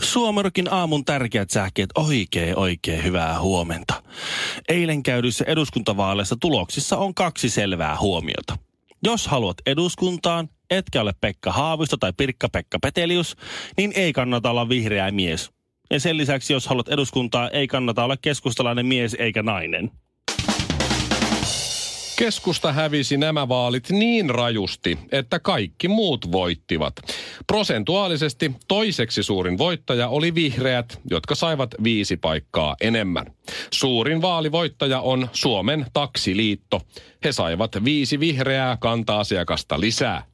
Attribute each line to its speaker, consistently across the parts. Speaker 1: Suomerokin aamun tärkeät sähkeet oikein oikein hyvää huomenta. Eilen käydyissä eduskuntavaaleissa tuloksissa on kaksi selvää huomiota. Jos haluat eduskuntaan, etkä ole Pekka Haavisto tai Pirkka-Pekka Petelius, niin ei kannata olla vihreä mies. Ja sen lisäksi, jos haluat eduskuntaa, ei kannata olla keskustalainen mies eikä nainen.
Speaker 2: Keskusta hävisi nämä vaalit niin rajusti, että kaikki muut voittivat. Prosentuaalisesti toiseksi suurin voittaja oli vihreät, jotka saivat viisi paikkaa enemmän. Suurin vaalivoittaja on Suomen taksiliitto. He saivat viisi vihreää kanta-asiakasta lisää.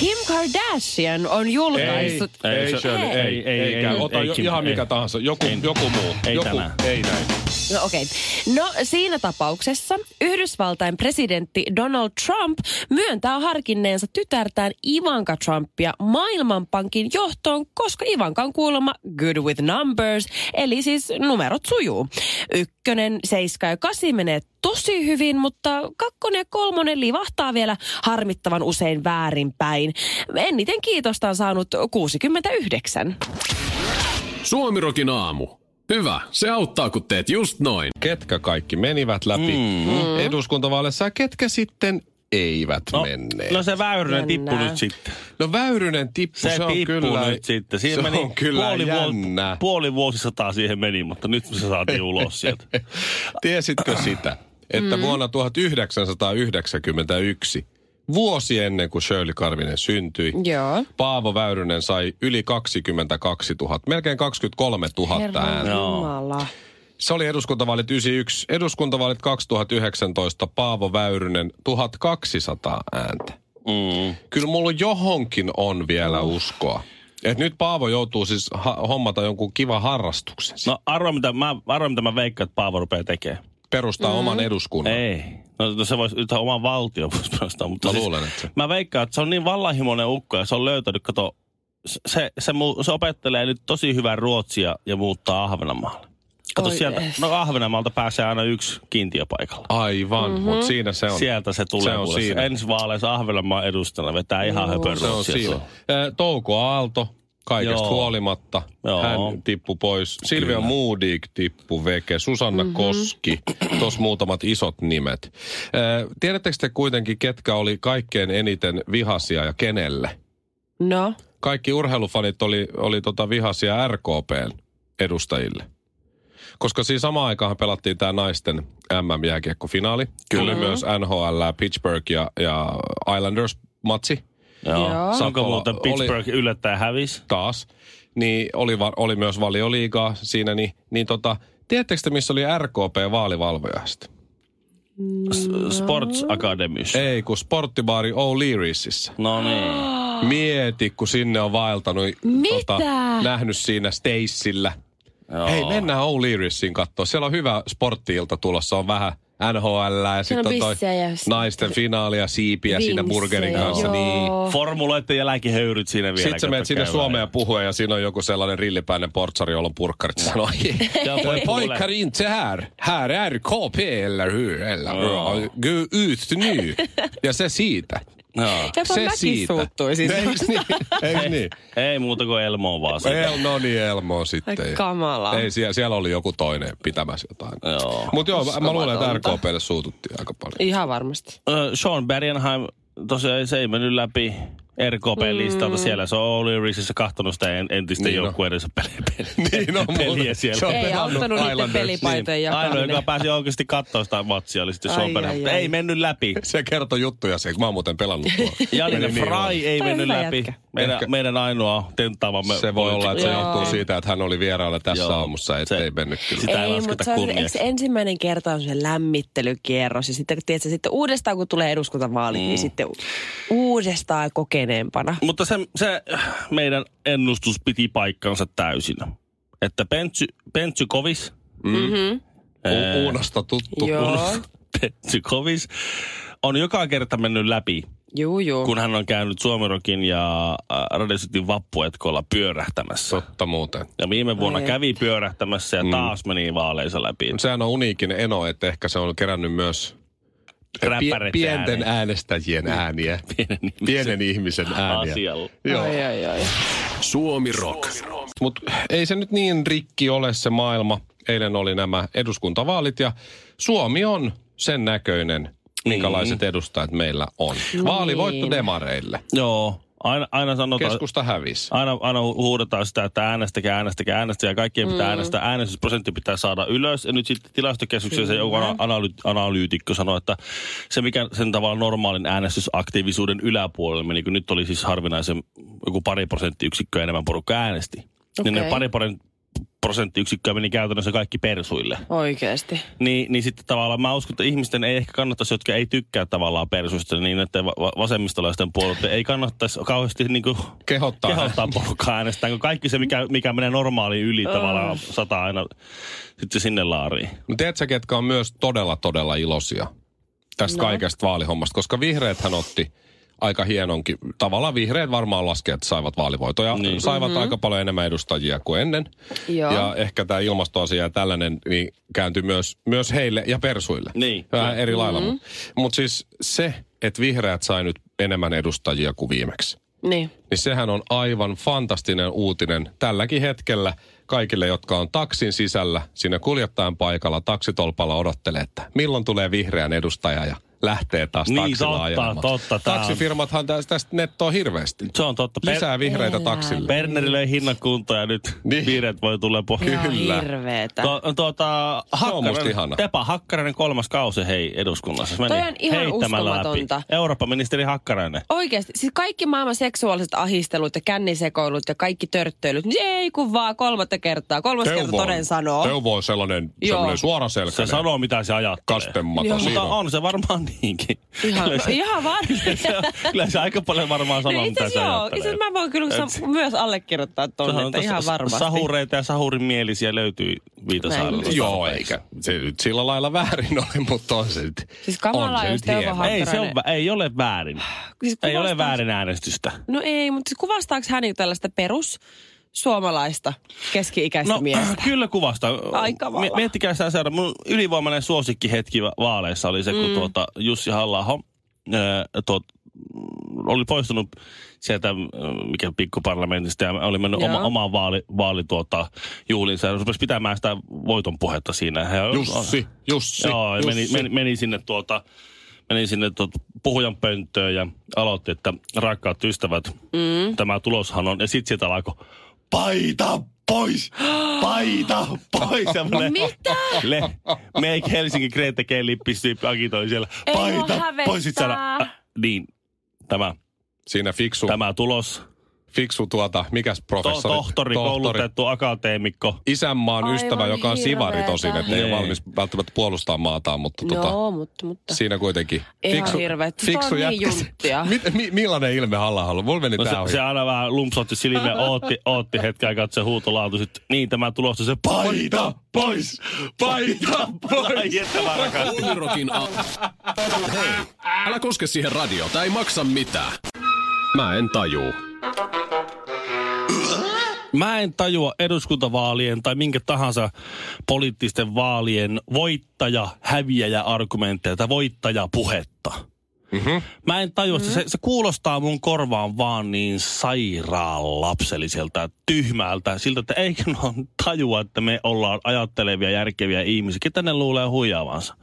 Speaker 3: Kim Kardashian on julkaissut...
Speaker 1: Ei,
Speaker 2: ei,
Speaker 1: se-
Speaker 2: Shirley, ei, ei, ei, ei,
Speaker 1: ei,
Speaker 2: ota
Speaker 1: ei,
Speaker 2: jo,
Speaker 1: Kim,
Speaker 2: ihan
Speaker 1: ei.
Speaker 2: mikä tahansa, joku,
Speaker 1: Ei.
Speaker 2: joku muu.
Speaker 1: Ei
Speaker 2: joku,
Speaker 1: tänään.
Speaker 2: Ei näin.
Speaker 3: No okei. Okay. No siinä tapauksessa Yhdysvaltain presidentti Donald Trump myöntää harkinneensa tytärtään Ivanka Trumpia Maailmanpankin johtoon, koska Ivanka on kuulemma good with numbers, eli siis numerot sujuu. Ykkönen, seiska ja kasi menee tosi hyvin, mutta kakkonen ja kolmonen livahtaa vielä harmittavan usein väärinpäin. Eniten kiitosta on saanut 69.
Speaker 4: Suomirokin aamu. Hyvä, se auttaa kun teet just noin.
Speaker 2: Ketkä kaikki menivät läpi mm. eduskuntavaaleissa ja ketkä sitten eivät no, menneet.
Speaker 1: no se Väyrynen tippui
Speaker 3: Jännää.
Speaker 1: nyt sitten.
Speaker 2: No Väyrynen tippu,
Speaker 1: Se,
Speaker 2: se, on
Speaker 1: tippui
Speaker 2: kyllä,
Speaker 1: nyt sitten. Siinä
Speaker 2: se
Speaker 1: meni
Speaker 2: on kyllä
Speaker 1: puoli,
Speaker 2: jännää.
Speaker 1: vuotta, puoli vuosisataa siihen meni, mutta nyt se saatiin ulos sieltä.
Speaker 2: Tiesitkö sitä, että mm. vuonna 1991, vuosi ennen kuin Shirley Karvinen syntyi,
Speaker 3: Joo.
Speaker 2: Paavo Väyrynen sai yli 22 000, melkein 23 000 ääntä.
Speaker 3: Jumala.
Speaker 2: Se oli eduskuntavaalit 91, eduskuntavaalit 2019, Paavo Väyrynen 1200 ääntä.
Speaker 1: Mm.
Speaker 2: Kyllä mulla johonkin on vielä uskoa. Et nyt Paavo joutuu siis ha- hommata jonkun kiva harrastuksen. No.
Speaker 1: No arvo mitä, mä, arvo, mitä mä veikkaan, että Paavo rupeaa tekemään.
Speaker 2: Perustaa mm-hmm. oman eduskunnan.
Speaker 1: Mm. Ei. No, no se voisi, yhtä oman valtion voisi perustaa. Mutta
Speaker 2: Mä
Speaker 1: siis,
Speaker 2: luulen, että se-
Speaker 1: Mä veikkaan, että se on niin vallanhimoinen ukko ja se on löytänyt, kato, se, se, se, mu- se opettelee nyt tosi hyvää ruotsia ja muuttaa Ahvenanmaalle. Kato
Speaker 3: Oi
Speaker 1: sieltä,
Speaker 3: es.
Speaker 1: no Ahvenanmaalta pääsee aina yksi kiintiöpaikalla.
Speaker 2: Aivan, mm-hmm. mutta siinä se on.
Speaker 1: Sieltä se tulee.
Speaker 2: Se on
Speaker 1: kuule.
Speaker 2: siinä.
Speaker 1: Ensi vaaleissa Ahvenanmaan edustajana vetää ihan höpön
Speaker 2: se on
Speaker 1: ruotsia.
Speaker 2: siinä.
Speaker 1: tuolla.
Speaker 2: Ö, Touko Aalto, kaikesta
Speaker 1: Joo.
Speaker 2: huolimatta,
Speaker 1: Joo.
Speaker 2: hän tippu pois. Silvia
Speaker 1: Kyllä.
Speaker 2: Moodig tippu veke, Susanna mm-hmm. Koski, tuossa muutamat isot nimet. Ö, Tiedättekö te kuitenkin, ketkä oli kaikkein eniten vihasia ja kenelle?
Speaker 3: No.
Speaker 2: kaikki urheilufanit oli, oli tota vihaisia RKPn edustajille. Koska siinä samaan aikaan pelattiin tämä naisten MM-jääkiekkofinaali. Kyllä. Oli myös NHL, äh, Pittsburgh ja, ja Islanders-matsi
Speaker 1: Joo.
Speaker 3: Joo.
Speaker 1: Onko
Speaker 2: Sampola
Speaker 1: muuten
Speaker 2: oli-
Speaker 1: Pittsburgh yllättäen hävis?
Speaker 2: taas. Niin oli, va- oli myös valioliigaa siinä. Niin, niin tota, tiedättekö te, missä oli RKP-vaalivalvojasta?
Speaker 3: No.
Speaker 1: S- Sports Academys.
Speaker 2: Ei, kun sporttibaari O'Leary'sissä.
Speaker 1: No niin.
Speaker 2: Mieti, kun sinne on vaeltanut. tota,
Speaker 3: Mitä?
Speaker 2: nähnyt siinä Stacella. Hei, mennään O'Learysiin katsoa. Siellä on hyvä sporttiilta tulossa. On vähän NHL ja
Speaker 3: Siellä
Speaker 2: sitten
Speaker 3: on
Speaker 2: on toi
Speaker 3: bissejä ja sit-
Speaker 2: naisten finaalia, siipiä siinä
Speaker 3: Vinksejä,
Speaker 2: burgerin kanssa.
Speaker 3: joo.
Speaker 2: Niin.
Speaker 1: Formuloiden jälkihöyryt siinä vielä.
Speaker 2: Sitten sä menet sinne Suomeen ja puhua ja siinä on joku sellainen rillipäinen portsari, jolla on purkkarit. Se Sanoo,
Speaker 1: Ja voi
Speaker 2: pojkar inte här. Här är KP, eller hur? Eller, hur? Gå ut nu. Ja se siitä.
Speaker 1: Joo.
Speaker 3: Jopa
Speaker 2: se
Speaker 3: mäkin
Speaker 2: siitä.
Speaker 3: suuttui siis.
Speaker 2: Eiks niin? Eiks niin?
Speaker 1: Ei muuta kuin Elmoon vaan siitä.
Speaker 2: El, no niin, Elmo on sitten.
Speaker 3: Ai kamala.
Speaker 2: Ei, siellä, siellä oli joku toinen pitämässä jotain.
Speaker 1: Joo.
Speaker 2: Mutta joo, mä- mä luulen, että RKPlle suututtiin aika paljon.
Speaker 3: Ihan varmasti.
Speaker 1: Ö, Sean Bergenheim, tosiaan se ei mennyt läpi
Speaker 3: Mm.
Speaker 1: RKP-listalta. Siellä se on O'Learysissä kahtonut sitä en, entisten
Speaker 2: Niin
Speaker 1: niin
Speaker 2: on.
Speaker 1: joukkueidensa peliä, peliä,
Speaker 2: Niin on
Speaker 1: peliä
Speaker 2: muuten.
Speaker 1: siellä.
Speaker 2: Se on
Speaker 3: Ei
Speaker 2: pelannut
Speaker 3: auttanut niiden
Speaker 2: Islanders,
Speaker 3: pelipaitojen
Speaker 2: niin.
Speaker 1: Ainoa, joka
Speaker 3: jakaminen.
Speaker 1: pääsi oikeasti katsoa sitä matsia, oli sitten Sean
Speaker 3: Ai,
Speaker 1: Bergenheim.
Speaker 3: ai,
Speaker 1: Mutta
Speaker 3: ai.
Speaker 1: Ei mennyt läpi.
Speaker 2: Se kertoi juttuja se, mä oon muuten pelannut tuolla.
Speaker 1: Janine
Speaker 2: Meni niin
Speaker 1: Fry ei
Speaker 3: Toi
Speaker 1: mennyt
Speaker 3: hyvä
Speaker 1: läpi.
Speaker 3: jätkä.
Speaker 1: Meidän,
Speaker 2: Ehkä-
Speaker 1: meidän ainoa tenttaavamme.
Speaker 2: vaan. Se voi olla, että se
Speaker 3: Joo.
Speaker 2: johtuu siitä, että hän oli vieraalla tässä
Speaker 1: Joo.
Speaker 2: aamussa, ettei
Speaker 1: Se-
Speaker 2: mennyt kyllä.
Speaker 1: Sitä ei,
Speaker 3: Ei,
Speaker 1: lasketa
Speaker 3: mutta se on, eikö
Speaker 1: kunniaksi.
Speaker 3: se ensimmäinen kerta on se lämmittelykierros. Ja sitten, tiedätkö, sitten uudestaan kun tulee eduskuntavaalit, mm. niin sitten u- uudestaan kokee kokeneempana.
Speaker 1: Mutta se, se äh, meidän ennustus piti paikkansa täysin. Että Pentsy, Pentsy Kovis,
Speaker 2: U- uunasta tuttu.
Speaker 3: Joo.
Speaker 1: Pentsy Kovis on joka kerta mennyt läpi,
Speaker 3: Juu, juu.
Speaker 1: kun hän on käynyt Suomerokin ja äh, Radio Cityn vappuetkolla pyörähtämässä.
Speaker 2: Totta muuten.
Speaker 1: Ja viime vuonna
Speaker 3: Ai
Speaker 1: kävi pyörähtämässä ja taas meni vaaleissa läpi.
Speaker 2: Sehän on uniikin eno, että ehkä se on kerännyt myös
Speaker 1: Räppärit
Speaker 2: pienten
Speaker 1: ääneen. Niin.
Speaker 2: äänestäjien ääniä.
Speaker 1: Pienen
Speaker 2: Pienen ihmisen ääniä.
Speaker 1: Asialla.
Speaker 2: Joo.
Speaker 3: Ai, ai, ai.
Speaker 4: Suomi Rock.
Speaker 2: Mutta ei se nyt niin rikki ole se maailma. Eilen oli nämä eduskuntavaalit ja Suomi on sen
Speaker 1: Niin.
Speaker 2: näköinen, minkälaiset edustajat meillä on.
Speaker 3: No niin.
Speaker 2: Vaalivoitto demareille.
Speaker 1: Joo, aina, aina sanotaan...
Speaker 2: Keskusta hävisi.
Speaker 1: Aina, aina hu- huudetaan sitä, että äänestäkää, äänestäkää, äänestäkää. Kaikkien pitää mm. äänestää. Äänestysprosentti pitää saada ylös. Ja nyt sitten tilastokeskuksessa se joku ana- analy- analyytikko sanoi, että se mikä sen tavalla normaalin äänestysaktiivisuuden yläpuolelle meni, kun nyt oli siis harvinaisen joku pari prosenttiyksikköä enemmän porukka äänesti. Okay. Niin ne
Speaker 3: Okei.
Speaker 1: pari poren- prosenttiyksikköä meni käytännössä kaikki persuille.
Speaker 3: Oikeesti.
Speaker 1: Niin, niin sitten tavallaan mä uskon, että ihmisten ei ehkä kannattaisi, jotka ei tykkää tavallaan persuista, niin että va- va- vasemmistolaisten puolelta ei kannattaisi kauheasti niin kuin
Speaker 2: Kehottaa.
Speaker 1: kehottaa porukkaa äänestään, kun kaikki se, mikä, mikä menee normaali yli tavallaan sata aina sitten sinne laariin.
Speaker 2: No tiedätkö, ketkä on myös todella, todella iloisia tästä no. kaikesta vaalihommasta, koska vihreät hän otti aika hienonkin. Tavallaan vihreät varmaan laskee, että saivat vaalivoitoja. Niin. Saivat mm-hmm. aika paljon enemmän edustajia kuin ennen.
Speaker 3: Joo.
Speaker 2: Ja ehkä tämä ilmastoasia ja tällainen niin kääntyi myös, myös heille ja persuille.
Speaker 1: Niin,
Speaker 2: Vähän eri lailla. Mm-hmm. Mutta siis se, että vihreät sai nyt enemmän edustajia kuin viimeksi
Speaker 3: Niin.
Speaker 2: niin sehän on aivan fantastinen uutinen tälläkin hetkellä kaikille, jotka on taksin sisällä, siinä kuljettajan paikalla, taksitolpalla odottelee, että milloin tulee vihreän edustaja ja lähtee taas
Speaker 1: Niin,
Speaker 2: taksilla
Speaker 1: totta,
Speaker 2: ajelemaan.
Speaker 1: totta, tää on-
Speaker 2: Taksifirmathan tästä, tästä nettoa hirveästi.
Speaker 1: Se on totta.
Speaker 2: Lisää vihreitä
Speaker 3: Elää.
Speaker 2: taksille.
Speaker 1: Berneri löi hinnan kuntoon ja nyt
Speaker 2: Niin.
Speaker 1: niin. vihreät voi tulla pohjaan.
Speaker 3: Ihan hirveetä.
Speaker 1: To, tuota,
Speaker 2: musta ihana.
Speaker 1: Hakkarainen, Tepa Hakkarainen kolmas kausi hei eduskunnassa. Se Meni
Speaker 3: Toi on ihan
Speaker 1: heittämällä läpi.
Speaker 3: uskomatonta.
Speaker 1: Eurooppa-ministeri Hakkarainen.
Speaker 3: Oikeasti, siis kaikki maailman seksuaaliset ahistelut ja kännisekoilut ja kaikki törttöilyt, niin ei kun vaan kolmatta kertaa. Kolmas kerta
Speaker 2: on-
Speaker 3: toden sanoo.
Speaker 2: Teuvo on sellainen,
Speaker 3: Joo.
Speaker 2: sellainen
Speaker 1: Se
Speaker 2: suoraselkäinen
Speaker 1: sanoo, mitä se ajattelee.
Speaker 2: kastemato.
Speaker 1: Mutta
Speaker 2: Siinä on.
Speaker 1: on se varmaan niinkin.
Speaker 3: Ihan,
Speaker 1: Kyllä se-
Speaker 3: ihan varmasti.
Speaker 1: se, on- kyllä se aika paljon varmaan
Speaker 3: No
Speaker 1: sanoo,
Speaker 3: itse
Speaker 1: mitä
Speaker 3: asiassa
Speaker 1: se
Speaker 3: joo,
Speaker 1: ajattelee.
Speaker 3: itse asiassa mä voin kyllä sa- myös allekirjoittaa
Speaker 1: Sehän
Speaker 3: tuon,
Speaker 1: on
Speaker 3: että
Speaker 1: tässä
Speaker 3: ihan
Speaker 1: s-
Speaker 3: varmasti.
Speaker 1: Sahureita ja sahurin mielisiä löytyy Viitasaarella.
Speaker 3: Näin.
Speaker 2: Joo, eikä. Se nyt sillä lailla väärin oli, mutta on se nyt.
Speaker 3: Siis kamalaa,
Speaker 2: on se
Speaker 3: jos
Speaker 2: nyt
Speaker 3: Teuvo
Speaker 2: hieno.
Speaker 3: Hakkarainen-
Speaker 1: Ei, se on, vä- ei ole väärin.
Speaker 3: Siis
Speaker 1: Ei ole
Speaker 3: kuvastaako-
Speaker 1: väärin äänestystä.
Speaker 3: No ei, mutta siis kuvastaako hän niinku tällaista perus suomalaista keski-ikäistä
Speaker 1: No,
Speaker 3: miestä?
Speaker 1: kyllä kuvasta.
Speaker 3: Ai kamala.
Speaker 1: Mi- Miettikää sitä seura. Mun ylivoimainen suosikkihetki va- vaaleissa oli se, kun
Speaker 3: Mm.
Speaker 1: tuota Jussi halla tuot, oli poistunut sieltä, ö, mikä pikkuparlamentista, ja oli mennyt
Speaker 3: Joo.
Speaker 1: oma, omaan vaali, vaali tuota, juhliinsa. Ja rupesi pitämään sitä voiton puhetta siinä. He,
Speaker 2: Jussi, Jussi,
Speaker 1: Joo, ja
Speaker 2: Jussi.
Speaker 1: meni, meni, meni sinne tuota, meni sinne tuota puhujan pönttöön ja aloitti, että rakkaat ystävät, mm. tämä tuloshan on. Ja sitten sieltä alkoi, paita pois, paita pois. Semmoinen,
Speaker 3: Mitä?
Speaker 1: Le, make Helsinki Greta K. Lippistyy agitoi siellä,
Speaker 3: Ei mua
Speaker 1: paita pois. Sit siellä,
Speaker 3: hävettää.
Speaker 1: äh, niin, tämä,
Speaker 2: Siinä fiksu,
Speaker 1: tämä tulos,
Speaker 2: fiksu tuota, mikäs
Speaker 1: to,
Speaker 2: professori?
Speaker 1: tohtori, tohtori, koulutettu akateemikko.
Speaker 2: Isänmaan
Speaker 3: Aivan
Speaker 2: ystävä, joka on sivari
Speaker 3: hirveetä.
Speaker 2: tosin, että ei ole
Speaker 1: Niin.
Speaker 2: valmis välttämättä puolustaa maataan, mutta tota,
Speaker 3: No, mutta, mutta.
Speaker 2: siinä kuitenkin.
Speaker 3: Ihan hirveetä. Tuo on niin junttia.
Speaker 2: Mit, mi, millainen ilme halla on ollut? Mulla meni
Speaker 1: No
Speaker 2: no,
Speaker 1: se,
Speaker 2: tää
Speaker 1: se aina vähän lumpsautti silmiä, ootti, ootti hetken aikaa, että se huutolaatu sitten, niin tämä tulossa se paita pois, paita pois. Ai että mä rakastin.
Speaker 4: Suomi Rockin a... Hei, älä koske siihen radiota, ei maksa mitään. Mä en tajuu.
Speaker 1: Mä en tajua eduskuntavaalien tai minkä tahansa poliittisten vaalien voittaja, häviäjä argumentteja tai voittajapuhetta. Mm-hmm. Mä en tajua, mm-hmm. se, se kuulostaa mun korvaan vaan niin sairaan lapselliselta, tyhmältä, siltä, että eikö ne on tajua, että me ollaan ajattelevia, järkeviä ihmisiä, ketä ne luulee huijaavansa.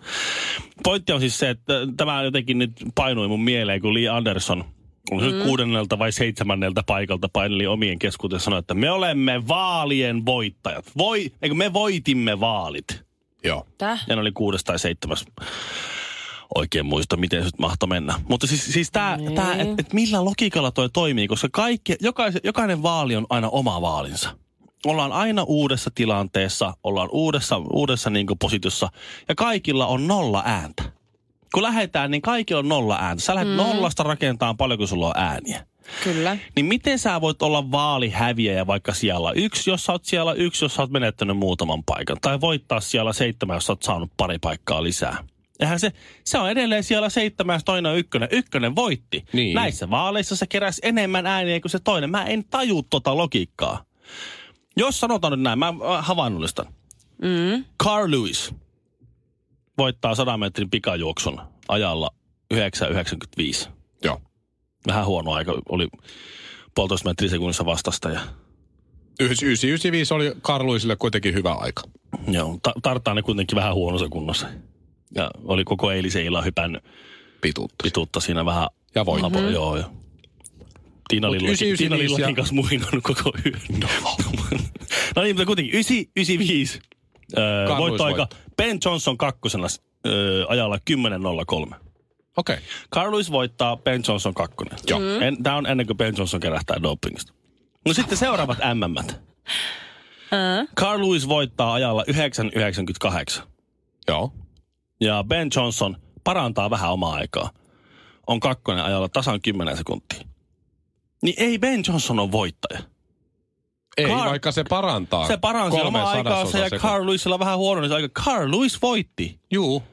Speaker 1: Pointti on siis se, että tämä jotenkin nyt painui mun mieleen, kun Lee Anderson on se nyt kuudennelta vai seitsemänneltä paikalta paineli omien keskuuteen ja sanoi, että me olemme vaalien voittajat. Voi, eikö me voitimme vaalit.
Speaker 2: Joo.
Speaker 3: Täh?
Speaker 1: Ja ne oli kuudes tai seitsemäs. Oikein muista, miten se nyt mahtoi mennä. Mutta siis, siis tämä,
Speaker 3: Niin.
Speaker 1: tää, että et millä logiikalla toi toimii, koska kaikki, jokaisen, jokainen vaali on aina oma vaalinsa. Ollaan aina uudessa tilanteessa, ollaan uudessa, uudessa niin positiossa ja kaikilla on nolla ääntä. Kun lähetään, niin kaikilla on nolla ääntä. Sä lähdet mm. nollasta rakentaa paljonko sulla on ääniä.
Speaker 3: Kyllä.
Speaker 1: Niin miten sä voit olla vaalihäviäjä vaikka siellä yksi, jos sä oot siellä yksi, jos sä oot menettänyt muutaman paikan. Tai voittaa siellä seitsemän, jos sä oot saanut pari paikkaa lisää. Eihän se, se on edelleen siellä seitsemän, jos toinen on ykkönen. Ykkönen voitti.
Speaker 2: Niin.
Speaker 1: Näissä vaaleissa se keräsi enemmän ääniä kuin se toinen. Mä en taju tota logiikkaa. Jos sanotaan nyt näin, mä mä havainnollistan. Mm. Carl Lewis voittaa 100 metrin pikajuoksun ajalla 9,95
Speaker 2: Joo.
Speaker 1: vähän huono aika. Oli puolitoista metriä sekunnissa vastasta ja
Speaker 2: Yhdys- 995 oli Karluisille kuitenkin hyvä aika.
Speaker 1: joo, ta- tarttaani kuitenkin vähän huonossa kunnossa. Ja oli koko eilisen illan hypännyt
Speaker 2: Pituutta.
Speaker 1: pituutta siinä vähän.
Speaker 2: Ja voitti.
Speaker 1: Mm-hmm. Joo, joo. Tiina
Speaker 2: Mut
Speaker 1: Lillakin,
Speaker 2: 995
Speaker 1: Tiina Lillakin
Speaker 2: ja-
Speaker 1: kanssa muhinannut koko yön. No, niin, mutta kuitenkin 995. Öö,
Speaker 2: Carl Lewis
Speaker 1: voittoaika.
Speaker 2: voitto.
Speaker 1: Ben Johnson kakkosena öö, ajalla 10.03.
Speaker 2: Okei. Okay.
Speaker 1: Carl Lewis voittaa Ben Johnson kakkonen. Mm.
Speaker 2: Joo.
Speaker 1: En, tää on ennen kuin Ben Johnson kerähtää dopingista. No sitten seuraavat MM. Carl Lewis voittaa ajalla 9,98.
Speaker 2: Joo.
Speaker 1: Ja Ben Johnson parantaa vähän omaa aikaa. On kakkonen ajalla tasan 10 sekuntia. Niin ei Ben Johnson on voittaja.
Speaker 2: Ei,
Speaker 1: Carl-
Speaker 2: vaikka se parantaa.
Speaker 1: Se paransi
Speaker 2: kolme
Speaker 1: omaa aikaansa
Speaker 2: sadasosaa
Speaker 1: ja
Speaker 2: sekuntia.
Speaker 1: Carl Lewisilla vähän huono niin aika. Carl Lewis voitti.
Speaker 2: Juu.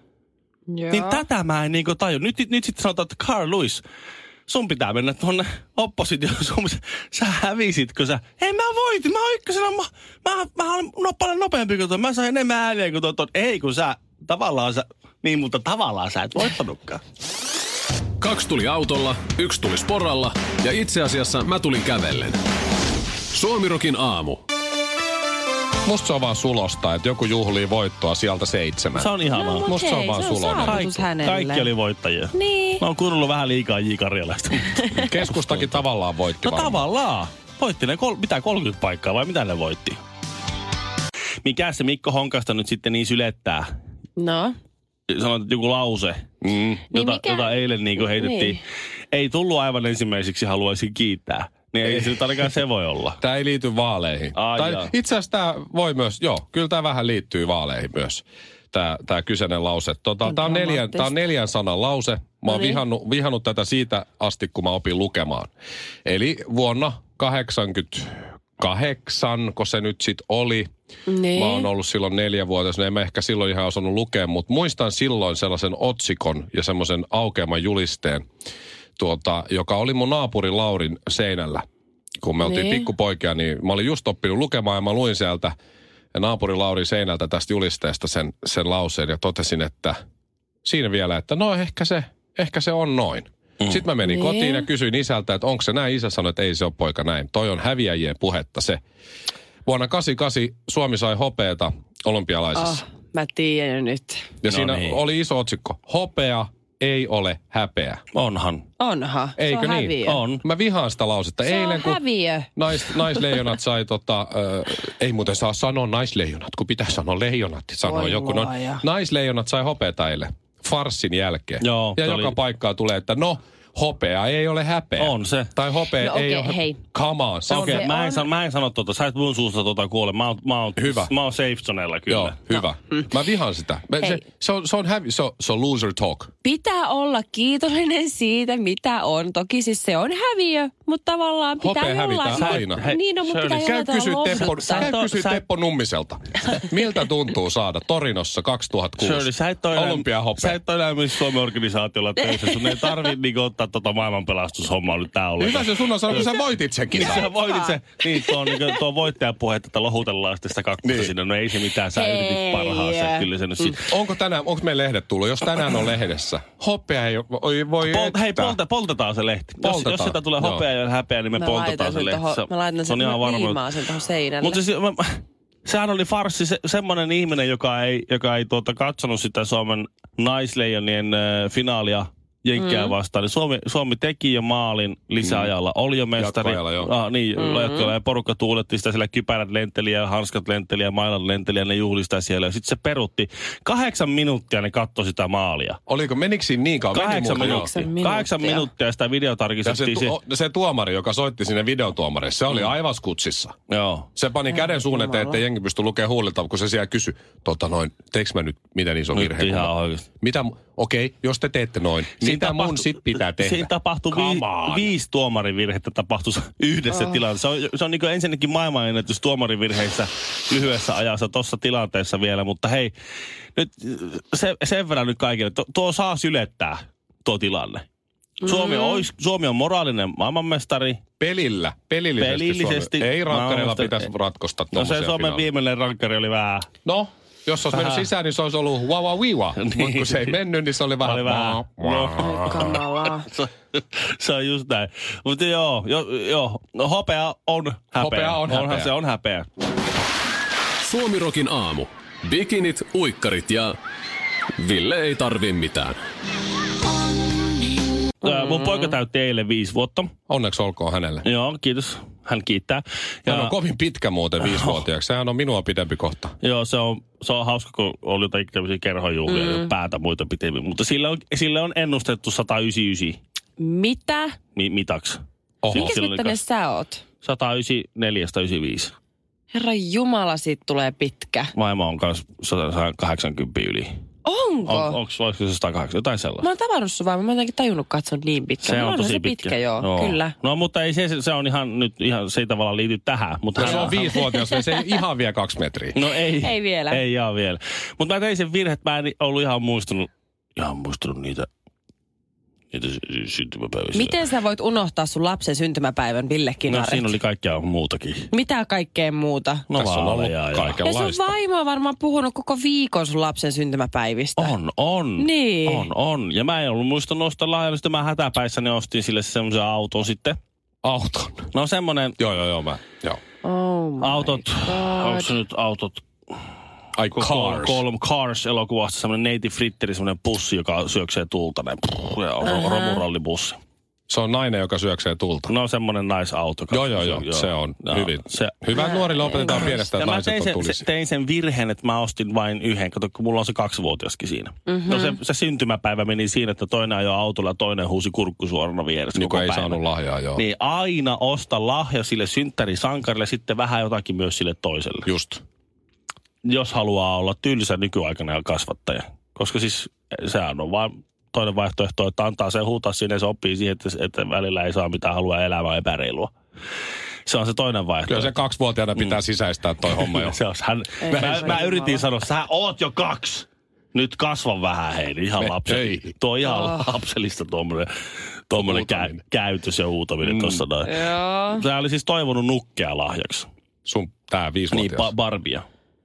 Speaker 3: Joo.
Speaker 1: Niin tätä mä en niinku taju. Nyt, nyt sitten sanotaan, että Carl Lewis, sun pitää mennä tuonne oppositioon. Sun, sä hävisitkö sä? Ei mä voitin, mä oon ykkösenä. Mä, mä, mä olen no, paljon nopeampi kuin toi. Mä sain enemmän ääniä kuin toi. toi. Ei kun sä, tavallaan sä, niin mutta tavallaan sä et voittanutkaan.
Speaker 4: Kaksi tuli autolla, yksi tuli sporalla ja itse asiassa mä tulin kävellen. Suomirokin aamu.
Speaker 2: Musta se on vaan sulosta, että joku juhlii voittoa sieltä seitsemän.
Speaker 1: Se on ihanaa.
Speaker 3: No, mut
Speaker 2: Musta se on
Speaker 3: hei,
Speaker 2: vaan
Speaker 3: se on
Speaker 2: sulonen.
Speaker 3: saavutus hänelle.
Speaker 1: kaikki oli voittajia.
Speaker 3: Niin.
Speaker 1: Mä oon kuunnellut vähän liikaa J. Karjalaista. mutta-
Speaker 2: Keskustakin tavallaan voitti
Speaker 1: No
Speaker 2: varmaan.
Speaker 1: tavallaan. Voitti ne kol- mitä 30 paikkaa vai mitä ne voitti? Mikä se Mikko Honkasta nyt sitten niin sylettää?
Speaker 3: No.
Speaker 1: sanoit, että joku lause,
Speaker 2: Mm.
Speaker 1: jota,
Speaker 3: mikä-
Speaker 1: jota eilen niin heitettiin.
Speaker 3: Niin.
Speaker 1: Niin. Ei tullut aivan ensimmäiseksi, haluaisin kiittää. Niin ei se nyt ainakaan se voi olla.
Speaker 2: Tämä ei liity vaaleihin.
Speaker 1: Ai
Speaker 2: tai
Speaker 1: jaa.
Speaker 2: itse asiassa tämä voi myös, joo, kyllä tämä vähän liittyy vaaleihin myös, tämä, tämä kyseinen lause. Tota,
Speaker 3: On
Speaker 2: tämä, on neljän,
Speaker 3: dramaattista. No niin.
Speaker 2: tämä on neljän sanan lause. Mä oon
Speaker 3: Noniin.
Speaker 2: vihannut, vihannut tätä siitä asti, kun mä opin lukemaan. Eli vuonna 88, kun se nyt sitten oli,
Speaker 3: Niin.
Speaker 2: Mä oon ollut silloin neljävuotias, niin en mä ehkä silloin ihan osannut lukea, mutta muistan silloin sellaisen otsikon ja semmoisen aukeaman julisteen, tuota, joka oli mun naapuri Laurin seinällä. Kun me oltiin
Speaker 3: Niin.
Speaker 2: pikkupoikia, niin mä olin just oppinut lukemaan ja mä luin sieltä naapuri Laurin seinältä tästä julisteesta sen, sen lauseen ja totesin, että siinä vielä, että no ehkä se, ehkä se on noin. Mm. Sitten mä menin
Speaker 3: Niin.
Speaker 2: kotiin ja kysyin isältä, että onko se näin. Isä sanoi, että ei se ole poika näin. Toi on häviäjien puhetta se. Vuonna 88 Suomi sai hopeata olympialaisissa.
Speaker 3: Oh,
Speaker 2: Ah,
Speaker 3: mä tiedän jo nyt.
Speaker 1: no
Speaker 2: ja siinä
Speaker 1: niin.
Speaker 2: oli iso otsikko. Hopea ei ole häpeä.
Speaker 1: Onhan.
Speaker 3: Onhan.
Speaker 2: Eikö
Speaker 3: se on
Speaker 2: niin?
Speaker 3: häviö.
Speaker 1: On.
Speaker 2: Mä vihaan sitä lausetta.
Speaker 3: Se
Speaker 2: Eilen
Speaker 3: on
Speaker 2: kun
Speaker 3: häviö.
Speaker 2: nais, naisleijonat sai tota, ö, ei muuten saa sanoa naisleijonat, kun pitää sanoa leijonat, sanoo
Speaker 3: Voi
Speaker 2: joku. No,
Speaker 3: luoja.
Speaker 2: naisleijonat sai hopeata eilen, farssin jälkeen.
Speaker 1: Joo,
Speaker 2: ja
Speaker 1: se
Speaker 2: joka
Speaker 1: oli-
Speaker 2: paikkaa tulee, että no, hopea ei ole häpeä.
Speaker 1: On se.
Speaker 2: Tai hopea
Speaker 3: No
Speaker 2: ei
Speaker 3: okei,
Speaker 2: ole...
Speaker 3: hei.
Speaker 2: Come on, se
Speaker 1: Okei,
Speaker 2: on...
Speaker 1: okay, mä, en sano, mä en sano tuota. Sä et mun suusta tuota kuole. Mä oon, mä oon,
Speaker 2: Hyvä.
Speaker 1: Mä oon safe zoneella kyllä.
Speaker 2: Joo, hyvä. Mä vihaan sitä. Mä, se,
Speaker 3: No. Mm. Hei.
Speaker 2: se, on, se, on hävi, se, on, se on loser talk.
Speaker 3: Pitää olla kiitollinen siitä, mitä on. Toki siis se on häviö, mutta tavallaan pitää
Speaker 2: Hopea hävitään
Speaker 3: jollain...
Speaker 2: aina.
Speaker 3: Hei, niin, no, mutta
Speaker 1: Shirley,
Speaker 3: pitää
Speaker 2: Käy
Speaker 3: jollain
Speaker 2: kysyä
Speaker 3: tavalla
Speaker 2: Teppo,
Speaker 3: lohduttaa.
Speaker 2: käy
Speaker 1: Sä et oo-
Speaker 2: kysyä
Speaker 1: sä et-
Speaker 2: Teppo Nummiselta. Miltä tuntuu saada Torinossa 2006
Speaker 1: Shirley, sä et ole enää- Sä
Speaker 2: olympiahopea?
Speaker 1: et ole enää myös Suomen organisaatiolla töissä. Sun ei tarvi niinku ottaa tota maailmanpelastushommaa nyt tää
Speaker 2: Hyvä
Speaker 1: ollenkaan.
Speaker 2: se sun on sanonut, kun sä voitit sen
Speaker 1: Niin
Speaker 2: kisan.
Speaker 1: sä voitit se, niin tuo, on niinku, tuo voittajapuhe, että lohutellaan sitten sitä kakkosta
Speaker 2: Niin.
Speaker 1: niin. sinne. No ei se mitään, sä
Speaker 3: Hei.
Speaker 1: yritit parhaansa. Kyllä se nyt sit,
Speaker 2: Onko tänään, onko meillä lehdet tullut? Jos tänään on lehdessä, hopea ei voi, voi
Speaker 1: Pol- hei,
Speaker 2: että.
Speaker 1: polta, poltetaan se lehti. Poltetaan. Jos,
Speaker 2: Poltetaan.
Speaker 1: jos sitä tulee
Speaker 2: Joo.
Speaker 1: hopea ja häpeä, niin me,
Speaker 3: Mä
Speaker 1: poltetaan se
Speaker 3: laitan sen
Speaker 1: lehti.
Speaker 3: tohon-
Speaker 1: Se-
Speaker 3: mä laitan
Speaker 1: se on
Speaker 3: sen-
Speaker 1: ihan
Speaker 3: mä
Speaker 1: varma.
Speaker 3: liimaan sen tohon seinälle.
Speaker 1: Mutta siis, mä, sehän oli farsi, se, semmoinen ihminen, joka ei, joka ei tuota, katsonut sitä Suomen naisleijonien äh, finaalia Jenkkiä mm. vastaan. Niin Suomi, Suomi teki jo maalin lisäajalla. Mm. Oli jo mestari.
Speaker 2: Jatkoajalla, joo.
Speaker 1: Ah, niin, mm-hmm. ja porukka tuuletti sitä siellä kypärät lenteli ja hanskat lenteli ja mailan lenteli ja ne juhli sitä siellä. Ja sitten se perutti. Kahdeksan minuuttia ne katsoi sitä maalia.
Speaker 2: Oliko, menikö siinä niin kauan? Meni
Speaker 1: Kahdeksan
Speaker 2: mukaan, joo.
Speaker 1: minuuttia.
Speaker 3: minuuttia.
Speaker 1: Kahdeksan minuuttia sitä
Speaker 2: Ja se,
Speaker 1: videotarkistettiin. se,
Speaker 2: tu- se tuomari, joka soitti sinne videotuomarille, se
Speaker 1: Mm.
Speaker 2: oli aivan skutsissa.
Speaker 1: Joo.
Speaker 2: Se pani käden suun eteen, ettei jengi pysty lukemaan huulilta, kun se siellä kysyi, tota noin, teiks mä nyt, miten iso
Speaker 1: Nyt
Speaker 2: virhe? kun
Speaker 1: ihan
Speaker 2: mä-
Speaker 1: oikeesti.
Speaker 2: Mitä, mu- okei, okay, jos te teette noin,
Speaker 1: Siinä
Speaker 2: mitä
Speaker 1: tapahtu-
Speaker 2: mun sit pitää tehdä?
Speaker 1: Niin Siinä tapahtui
Speaker 2: Come
Speaker 1: vi,
Speaker 2: on.
Speaker 1: viisi tuomarivirhettä tapahtui yhdessä oh. tilanteessa. Se on, se on niin ensinnäkin maailmanennätys tuomarivirheissä lyhyessä ajassa tuossa tilanteessa vielä, mutta hei, nyt se, sen verran nyt kaikille, tuo, tuo saa sylettää tuo tilanne. Suomi, mm. ois, Suomi on moraalinen maailmanmestari. No
Speaker 2: Pelillä, pelillisesti.
Speaker 1: Pelillisesti.
Speaker 2: Suomi. Ei rankkarilla
Speaker 1: Mä oon-
Speaker 2: pitäisi ratkosta
Speaker 1: No se
Speaker 2: tommosia
Speaker 1: Suomen
Speaker 2: finaaleja.
Speaker 1: viimeinen rankkari oli vähän...
Speaker 2: No, jos olisi mennyt
Speaker 1: Vähän.
Speaker 2: sisään, niin se olisi ollut wawa wiwa.
Speaker 1: Niin.
Speaker 2: Mutta kun se ei mennyt, niin se oli vähän...
Speaker 1: Oli vähän.
Speaker 2: No.
Speaker 3: Kamalaa.
Speaker 1: Se, se on just näin. Mutta joo, jo, joo. No, hopea on häpeä.
Speaker 2: Hopea on
Speaker 1: Onhan
Speaker 2: häpeä.
Speaker 1: se on häpeä.
Speaker 4: Suomirokin aamu. Bikinit, uikkarit ja Ville ei tarvi mitään.
Speaker 1: Mm. Mun poika täytti eilen viisi vuotta.
Speaker 2: Onneksi olkoon hänelle.
Speaker 1: Joo, kiitos. Hän kiittää.
Speaker 2: Hän on kovin pitkä muuten viisivuotiaaksi. Sehän on minua pidempi kohta.
Speaker 1: Joo, se on, se on hauska, kun oli jotain tämmöisiä kerhojuhlia mm. ja päätä muita pitemmin. Mutta sille on, sille on ennustettu 199
Speaker 3: Mitä?
Speaker 1: mi- mitaksi.
Speaker 2: Oho.
Speaker 1: Silloin-
Speaker 3: Mikäs
Speaker 1: silloin
Speaker 3: mittainen
Speaker 1: kas-
Speaker 3: sä oot?
Speaker 1: 194 195.
Speaker 3: Herra Jumala, siitä tulee pitkä.
Speaker 1: Vaimo on kanssa 180 yli.
Speaker 3: Onko?
Speaker 1: On, onks, olisiko se 180? Jotain sellaista.
Speaker 3: Mä oon tavannut sun vaan, mä en jotenkin tajunnut katson niin pitkä.
Speaker 1: Se on
Speaker 3: Onhan
Speaker 1: tosi
Speaker 3: se pitkä. joo, kyllä.
Speaker 1: No mutta ei se, se on ihan nyt, ihan, se ei tavallaan liity tähän. Mutta
Speaker 2: No, se
Speaker 1: hän-
Speaker 2: on viisivuotias, niin se ei ihan vielä kaksi metriä.
Speaker 1: No ei.
Speaker 3: Ei vielä.
Speaker 1: Ei ihan vielä. Mutta mä tein sen virhe, että mä en ollut ihan muistunut, ihan muistanut niitä, niitä sy- sy- syntymäpäiviä.
Speaker 3: Miten sä voit unohtaa sun lapsen syntymäpäivän Ville
Speaker 1: No
Speaker 3: Kinaret?
Speaker 1: siinä oli kaikkea muutakin.
Speaker 3: Mitä kaikkea muuta?
Speaker 1: No
Speaker 2: Tässä on ollut
Speaker 1: vaaleja ja-
Speaker 3: Ja sun
Speaker 2: kaikenlaista.
Speaker 3: vaimo on varmaan puhunut koko viikon sun lapsen syntymäpäivistä.
Speaker 1: On, on.
Speaker 3: Niin.
Speaker 1: On, on. Ja mä en ollut muistanut ostaa lahjallista. Mä hätäpäissäni ostin sille semmoisen auton sitten.
Speaker 2: Auton.
Speaker 1: No semmonen
Speaker 2: Joo, joo, joo. Mä, joo.
Speaker 3: Oh my
Speaker 1: autot,
Speaker 3: God.
Speaker 1: onko se nyt autot
Speaker 2: Ai
Speaker 1: Cars.
Speaker 2: cars.
Speaker 1: Colm Cars-elokuvasta semmoinen neiti Fritteri, semmoinen pussi, joka syöksee tulta. Näin, prrr, ja ro- romurallibussi.
Speaker 2: Se on nainen, joka syöksee tulta.
Speaker 1: No semmoinen naisauto.
Speaker 2: Joo, joo, joo. Se on hyvin.
Speaker 1: Se,
Speaker 2: Hyvä, että nuorille opetetaan pienestä,
Speaker 1: ja
Speaker 2: että
Speaker 1: mä
Speaker 2: naiset
Speaker 1: tein
Speaker 2: on
Speaker 1: sen,
Speaker 2: tulisi.
Speaker 1: se, tein sen virheen, että mä ostin vain yhden. Kato, kun mulla on se kaksivuotiaskin siinä. Mm-hmm. No se, se syntymäpäivä meni siinä, että toinen ajoi autolla ja toinen huusi kurkku suorana vieressä.
Speaker 2: Niin
Speaker 1: koko
Speaker 2: kuin ei
Speaker 1: päivän.
Speaker 2: saanut lahjaa, joo.
Speaker 1: Niin aina osta lahja sille synttärisankarille, sitten vähän jotakin myös sille toiselle.
Speaker 2: Just.
Speaker 1: jos haluaa olla tylsä nykyaikana ja kasvattaja. Koska siis sehän on vaan toinen vaihtoehto, että antaa sen huutaa sinne ja se oppii siihen, että, että välillä ei saa mitään halua elämää epäreilua. Se on se toinen
Speaker 2: Kyllä
Speaker 1: vaihtoehto.
Speaker 2: se kaksivuotiaana pitää sisäistää toi homma jo.
Speaker 1: Mm. se on, hän,
Speaker 3: Ei,
Speaker 1: mä,
Speaker 3: se
Speaker 1: mä,
Speaker 3: on
Speaker 1: yritin
Speaker 3: jumala.
Speaker 1: sanoa, sä oot jo kaksi. Nyt kasva vähän hei, niin ihan
Speaker 2: Me-
Speaker 1: lapsellista.
Speaker 2: ei.
Speaker 1: Tuo on ihan
Speaker 3: Ah.
Speaker 1: lapsellista tuommoinen, tuommoinen kä-
Speaker 2: Huutaminen.
Speaker 1: käytös ja huutaminen mm. tuossa noin.
Speaker 3: Joo.
Speaker 1: Tämä oli siis toivonut nukkea lahjaksi.
Speaker 2: Sun tää
Speaker 1: Niin,
Speaker 2: viisivuotias.
Speaker 1: ba- Barbia.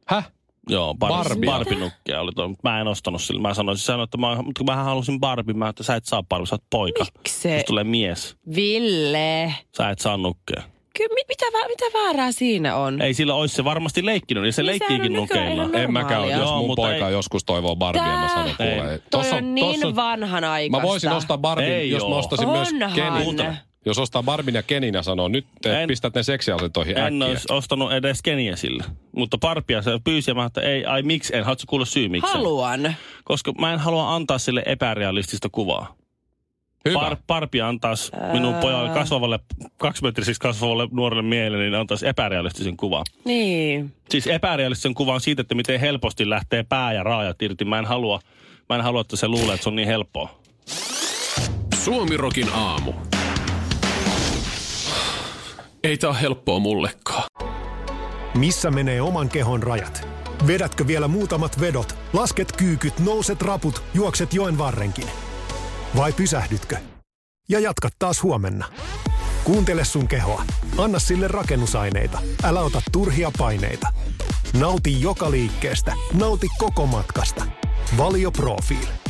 Speaker 2: Häh?
Speaker 1: Joo, Barbie,
Speaker 2: Barbie.
Speaker 1: Barbie. Barbie-nukkeja oli toi, mutta mä en ostanut sillä. Mä sanoin, se sanoi, että mä, mutta kun mähän halusin Barbie, mä että sä et saa Barbie, sä oot poika.
Speaker 3: Mikse?
Speaker 1: Jos tulee mies,
Speaker 3: Ville.
Speaker 1: sä et saa nukkeja.
Speaker 3: Kyllä, mi- mitä, vä- mitä väärää siinä on?
Speaker 1: Ei sillä olisi se varmasti leikkinyt, niin se
Speaker 3: Niin sehän
Speaker 1: leikkiikin
Speaker 3: on nykyään
Speaker 1: nukkeilla.
Speaker 3: ihan
Speaker 2: En mäkään ole,
Speaker 3: Normaalia.
Speaker 2: jos
Speaker 1: Joo,
Speaker 2: mun
Speaker 1: mutta
Speaker 2: poika
Speaker 1: ei-
Speaker 2: joskus toivoo Barbia, mä sanon
Speaker 1: Tää-
Speaker 2: kuule. ei.
Speaker 3: Toi on niin vanhanaikaista.
Speaker 2: Mä voisin ostaa Barbin,
Speaker 1: Ei
Speaker 2: jos mä
Speaker 1: oo.
Speaker 2: ostaisin myös
Speaker 3: Onhan.
Speaker 2: Kenin.
Speaker 3: Kuuntele.
Speaker 2: Jos ostaa Barbin ja Kenin ja sanoo, nyt eh,
Speaker 1: En-
Speaker 2: pistät ne seksiasentoihin
Speaker 1: En
Speaker 2: äkkiä.
Speaker 1: olisi ostanut edes keniä sillä. Mutta Barbia se pyysi ja mä että ei, ai miksi en. Haluatko kuulla syy miksi? en?
Speaker 3: Haluan.
Speaker 1: Koska mä en halua antaa sille epärealistista kuvaa.
Speaker 2: Hyvä.
Speaker 1: Par, Barbi antaisi minun pojalle kasvavalle, kaksimetriseksi kasvavalle nuorelle miehelle, niin antaisi epärealistisen kuvan.
Speaker 3: Niin.
Speaker 1: siis epärealistisen kuvan siitä, että miten helposti lähtee pää ja raajat irti. Mä en halua, mä en halua että se luulee, että se on niin helppoa.
Speaker 4: Suomirokin aamu. Ei tää oo helppoa mullekaan.
Speaker 5: Missä menee oman kehon rajat? Vedätkö vielä muutamat vedot? Lasket kyykyt, nouset raput, juokset joen varrenkin. Vai pysähdytkö? Ja jatka taas huomenna. Kuuntele sun kehoa. Anna sille rakennusaineita. Älä ota turhia paineita. Nauti joka liikkeestä. Nauti koko matkasta. Valio Profiili.